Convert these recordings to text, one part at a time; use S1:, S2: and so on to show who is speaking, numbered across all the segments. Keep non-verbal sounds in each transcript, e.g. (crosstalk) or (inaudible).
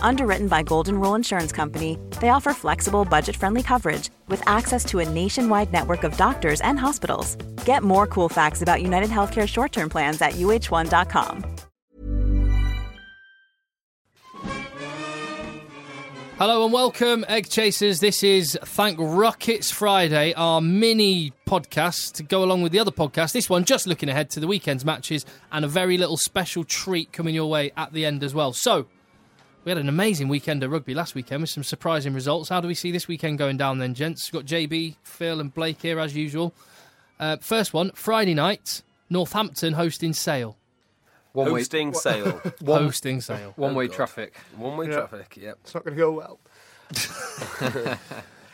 S1: Underwritten by Golden Rule Insurance Company, they offer flexible, budget friendly coverage with access to a nationwide network of doctors and hospitals. Get more cool facts about United Healthcare short term plans at uh1.com.
S2: Hello and welcome, Egg Chasers. This is Thank Rockets Friday, our mini podcast to go along with the other podcast. This one just looking ahead to the weekend's matches and a very little special treat coming your way at the end as well. So, we had an amazing weekend of rugby last weekend with some surprising results. How do we see this weekend going down then, gents? We've got JB, Phil, and Blake here as usual. Uh, first one, Friday night, Northampton hosting Sale.
S3: One way,
S4: hosting (laughs) sale.
S2: One, hosting Sale.
S3: one way traffic.
S4: One way
S5: Yeah.
S4: traffic, yep.
S5: It's not going to go well.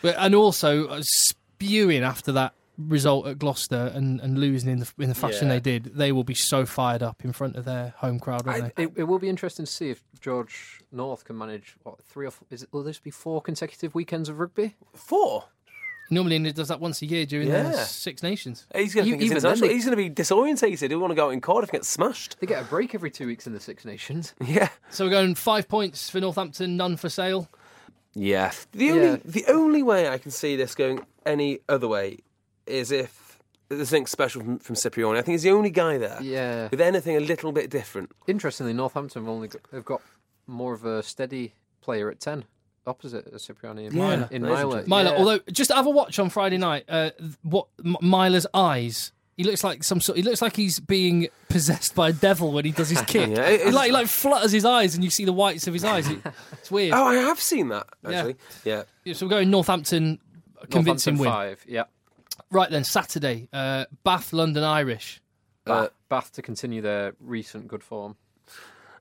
S2: But, and also uh, spewing after that result at Gloucester and, and losing in the in the fashion
S3: Yeah.
S2: they did, they will be so fired up in front of their home crowd, won't
S3: I,
S2: they?
S3: it, it will be interesting to see if George North can manage what three or four, is it, will this be four consecutive weekends of rugby?
S4: Four.
S2: Normally, England does that once a year during the
S4: Yeah.
S2: Six Nations.
S4: He's going to
S3: You-
S4: think it's
S3: even then
S4: international.
S3: they-
S4: He's going to be disorientated. He'll want to go out in Cardiff and get smashed.
S3: They get a break every two weeks in the Six Nations.
S4: (laughs) Yeah.
S2: So we're going five points for Northampton, none for Sale.
S4: Yeah. The
S3: Yeah.
S4: only the only way I can see this going any other way is if there's something special from, from Cipriani. I think he's the only guy there
S3: Yeah.
S4: with anything a little bit different.
S3: Interestingly, Northampton have only got, have got more of a steady player at ten, opposite of Cipriani in
S2: Yeah.
S3: Myler. In
S4: That is
S3: Myler,
S4: interesting.
S2: Myler,
S3: yeah.
S2: although just have a watch on Friday night. Uh, th- what M- Myler's eyes. He looks like some sort. He looks like he's being possessed by a devil when he does
S3: (laughs)
S2: his kick.
S4: Yeah, it-
S2: he like he like flutters his eyes, and you see the whites of his eyes. It- it's weird.
S4: Oh, I have seen that actually. Yeah.
S2: So we're going Northampton, convincing
S3: Northampton
S2: win.
S3: five. Yeah.
S2: Right then, Saturday, uh, Bath, London Irish,
S3: Bath, Bath to continue their recent good form.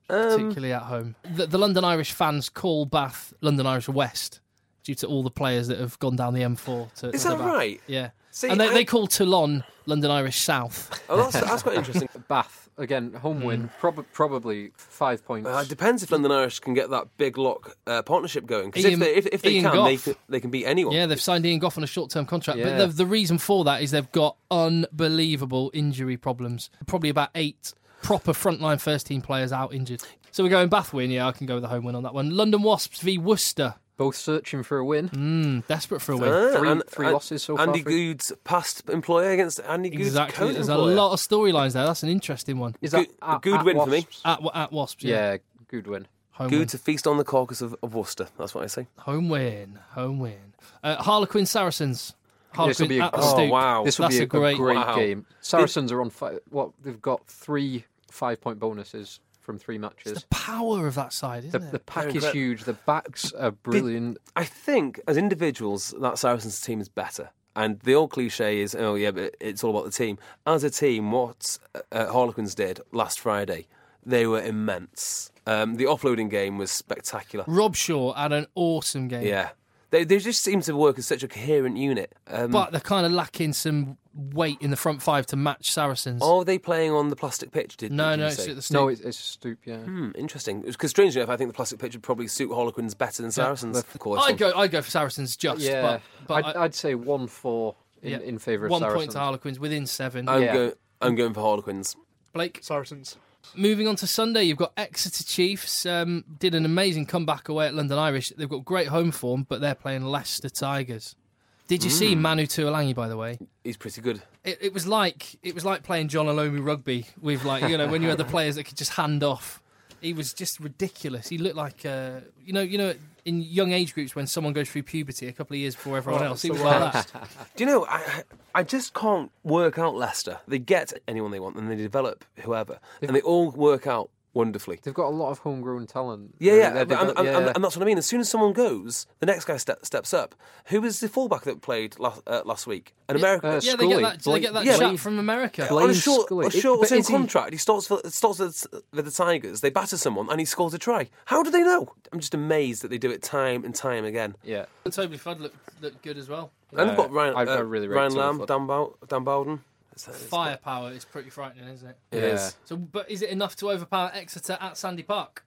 S4: Um,
S2: particularly at home. The, the London Irish fans call Bath London Irish West due to all the players that have gone down the M4. To,
S4: Is
S2: to
S4: that
S2: Bath.
S4: right?
S2: Yeah.
S4: See,
S2: and they,
S4: I-
S2: they call Toulon London Irish South.
S4: Oh, that's, that's quite interesting.
S2: (laughs)
S3: Bath again, home win, prob- probably five points.
S4: Uh, it depends if London Irish can get that big lock uh, partnership going. Because if
S2: Ian-
S4: they, if, if they
S2: Ian
S4: can, they
S2: Gough.
S4: can, they can beat anyone.
S2: yeah, they've signed Ian Goff on a short-term contract, but
S3: Yeah.
S2: the, the reason for that is they've got unbelievable injury problems. Probably about eight proper frontline first-team players out injured. So we're going Bath win. Yeah, I can go with a home win on that one. London Wasps v Worcester.
S3: Both searching for a win.
S2: Mm, desperate for a win.
S4: Ah,
S3: Three- three losses so far
S4: Andy
S3: for-
S4: Good's past employer against Andy Good's
S2: Exactly.
S4: current
S2: There's a
S4: employer.
S2: lot of storylines there. That's an interesting one.
S3: Is
S4: Good-
S3: that at-
S4: good
S3: at
S4: win for me.
S3: Wasps?
S2: At, at Wasps, yeah.
S3: yeah, good win.
S2: Home
S4: Good to feast on the carcass of, of Worcester. That's what I say.
S2: win. Home win. Home win. Uh, Harlequin Saracens. Harlequin
S3: be a-
S2: at the
S3: Oh,
S2: Stoop.
S4: wow.
S3: This will
S2: That's
S3: be a,
S2: a great-
S4: Wow.
S3: game. Saracens are on five. What they've got three five point bonuses from three matches.
S2: The power of that side,
S3: The,
S2: isn't
S3: the
S2: it?
S3: pack is
S4: Incredible.
S3: huge. The backs are brilliant.
S4: I think as individuals, that Saracens team is better. And the old cliche is, oh yeah, but it's all about the team. As a team, what uh, Harlequins did last Friday, they were immense. Um, the offloading game was spectacular.
S2: Rob Shaw had an awesome game.
S4: Yeah, they they just seem to work as such a coherent unit. Um,
S2: But they're kind of lacking some weight in the front five to match Saracens.
S3: Oh,
S4: are they playing on the plastic pitch? Did
S2: no,
S4: did you
S2: no, it's
S4: say?
S2: at the Stoop.
S3: No, it's, it's stoop. Yeah,
S4: Hmm, interesting. Because strangely enough, I think the plastic pitch would probably suit Harlequins better than Saracens. Of course,
S2: I'd go, I'd go for Saracens just.
S3: yeah.
S2: But, but
S3: I'd,
S2: I-
S3: I'd say one four in,
S2: yeah.
S3: in favour of
S2: One
S3: Saracens.
S2: point to Harlequins within seven.
S4: I'm
S3: yeah.
S4: go- I'm going for Harlequins.
S2: Blake,
S5: Saracens.
S2: Moving on to Sunday, you've got Exeter Chiefs. Um, did an amazing comeback away at London Irish. They've got great home form, but they're playing Leicester Tigers. Did you see Manu Tuolangi, by the way?
S4: He's pretty good.
S2: It, it was like it was like playing John Olomi rugby with like you know when you had the players that could just hand off. He was just ridiculous. He looked like uh, you know you know in young age groups when someone goes through puberty a couple of years before everyone else. He was like that.
S4: Do you know? I I just can't work out Leicester. They get anyone they want, and they develop whoever, and they all work out wonderfully.
S3: They've got a lot of homegrown talent.
S4: Yeah,
S3: They-
S4: yeah,
S3: they-
S4: and,
S3: they
S4: and,
S3: got- yeah,
S4: and-
S3: yeah.
S4: and that's what I mean. As soon as someone goes, the next guy ste- steps up. Who was the fullback that played last, uh, last week? An American.
S3: uh,
S2: yeah, they get
S3: Scully,
S2: that, they
S3: Blake-
S2: get that
S4: yeah,
S2: chat
S4: Blake-
S2: from America.
S3: Blake-
S4: on a
S3: Blaine
S4: short,
S3: Scully.
S4: a
S3: It-
S4: short
S3: but
S4: term
S3: is he-
S4: contract, he starts for, starts with, with the Tigers. They batter someone and he scores a try. How do they know? I'm just amazed that they do it time and time again.
S3: yeah.
S2: And Toby Flood looked, looked good as well.
S4: And they've got
S3: Uh,
S4: Ryan,
S3: I- I
S4: uh,
S3: really rate
S4: Ryan
S3: Taylor
S4: Lamb,
S3: Swift.
S4: Dan, Bow- Dan Bowden. It's- it's-
S2: Firepower is pretty frightening, isn't it?
S4: It
S3: Yeah.
S4: is.
S2: So, but is it enough to overpower Exeter at Sandy Park?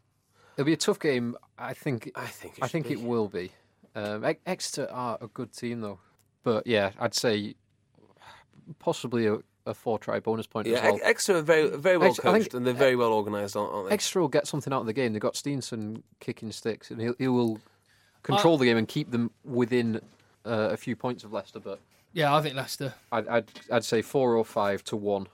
S3: It'll be a tough game. I think.
S4: I think it
S3: I
S4: should
S3: think
S4: be.
S3: it will be. Um, Ex- Exeter are a good team though, but yeah, I'd say possibly a, a four try bonus point
S4: Yeah,
S3: as well.
S4: Ex- Exeter are very, very well
S3: Exeter- I think-
S4: coached and they're very well organised, aren't, aren't they?
S3: Exeter will get something out of the game. They've got Steenson kicking sticks, and he'll, he will control the game and keep them within uh, a few points of Leicester. But
S2: Yeah, I think Leicester.
S3: I'd, I'd I'd say four or five to one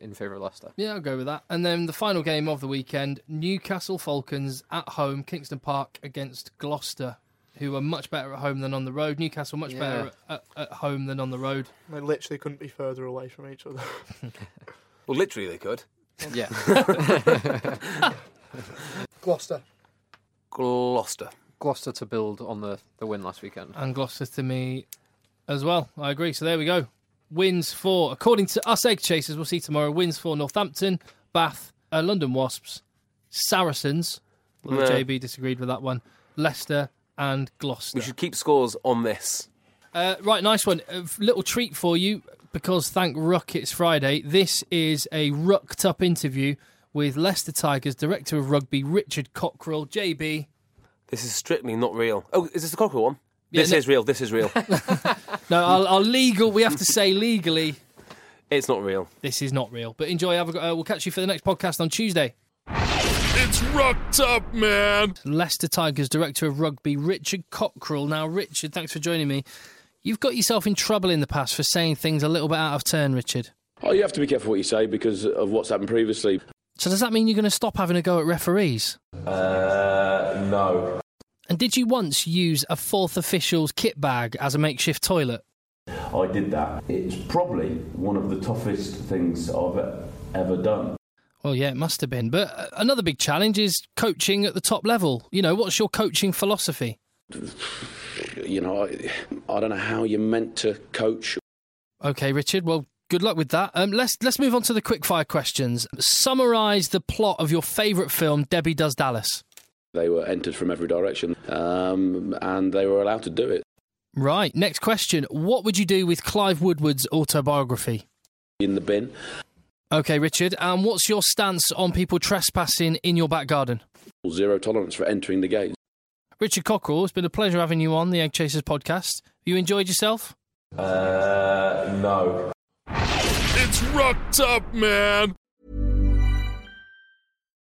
S3: in favour of Leicester.
S2: Yeah, I'll go with that. And then the final game of the weekend Newcastle Falcons at home, Kingston Park against Gloucester, who are much better at home than on the road. Newcastle much
S3: Yeah.
S2: better at, at, at home than on the road.
S5: They literally couldn't be further away from each other.
S4: Well, literally, they could.
S3: Yeah,
S5: Gloucester.
S4: Gloucester.
S3: (laughs) Gloucester to build on the, the win last weekend.
S2: And Gloucester to me as well. I agree. So there we go. Wins for, according to us egg chasers, we'll see tomorrow. Wins for Northampton, Bath, uh, London Wasps, Saracens. Although
S4: No.
S2: JB disagreed with that one. Leicester and Gloucester.
S4: We should keep scores on this.
S2: Uh, right, nice one. A f- little treat for you because thank Ruck it's Friday. This is a rucked up interview with Leicester Tigers director of rugby Richard Cockrell. JB,
S4: This is strictly not real. Oh, is this the Cockerel one?
S2: Yeah,
S4: this
S2: no-
S4: is real. This
S3: (laughs)
S4: is real.
S2: no, our, our legal. We have to say legally
S4: it's not real.
S2: this is not real. But enjoy. Have a, go- uh, we'll catch you for the next podcast on Tuesday.
S6: It's rocked up, man.
S2: Leicester Tigers director of rugby Richard Cockrell. Now, Richard, thanks for joining me. You've got yourself in trouble in the past for saying things a little bit out of turn, Richard.
S7: Oh, you have to be careful what you say because of what's happened previously.
S2: So does that mean you're going to stop having a go at referees?
S7: Uh, no.
S2: And did you once use a fourth official's kit bag as a makeshift toilet?
S7: I did that. It's probably one of the toughest things I've ever done.
S2: Well, yeah, it must have been. But uh, another big challenge is coaching at the top level. You know, what's your coaching philosophy?
S7: You know, I, I don't know how you're meant to coach.
S2: Okay, Richard. Well, good luck with that. Um, let's let's move on to the quickfire questions. Summarize the plot of your favorite film, Debbie Does Dallas.
S7: They were entered from every direction um, and they were allowed to do it.
S2: Right. Next question. What would you do with Clive Woodward's autobiography?
S7: In the bin,
S2: Okay, Richard. And what's your stance on people trespassing in your back garden?
S7: zero tolerance for entering the gate.
S2: Richard Cockrell, it's been a pleasure having you on the Egg Chasers podcast. You enjoyed yourself?
S7: Uh, no.
S6: It's rocked up, man.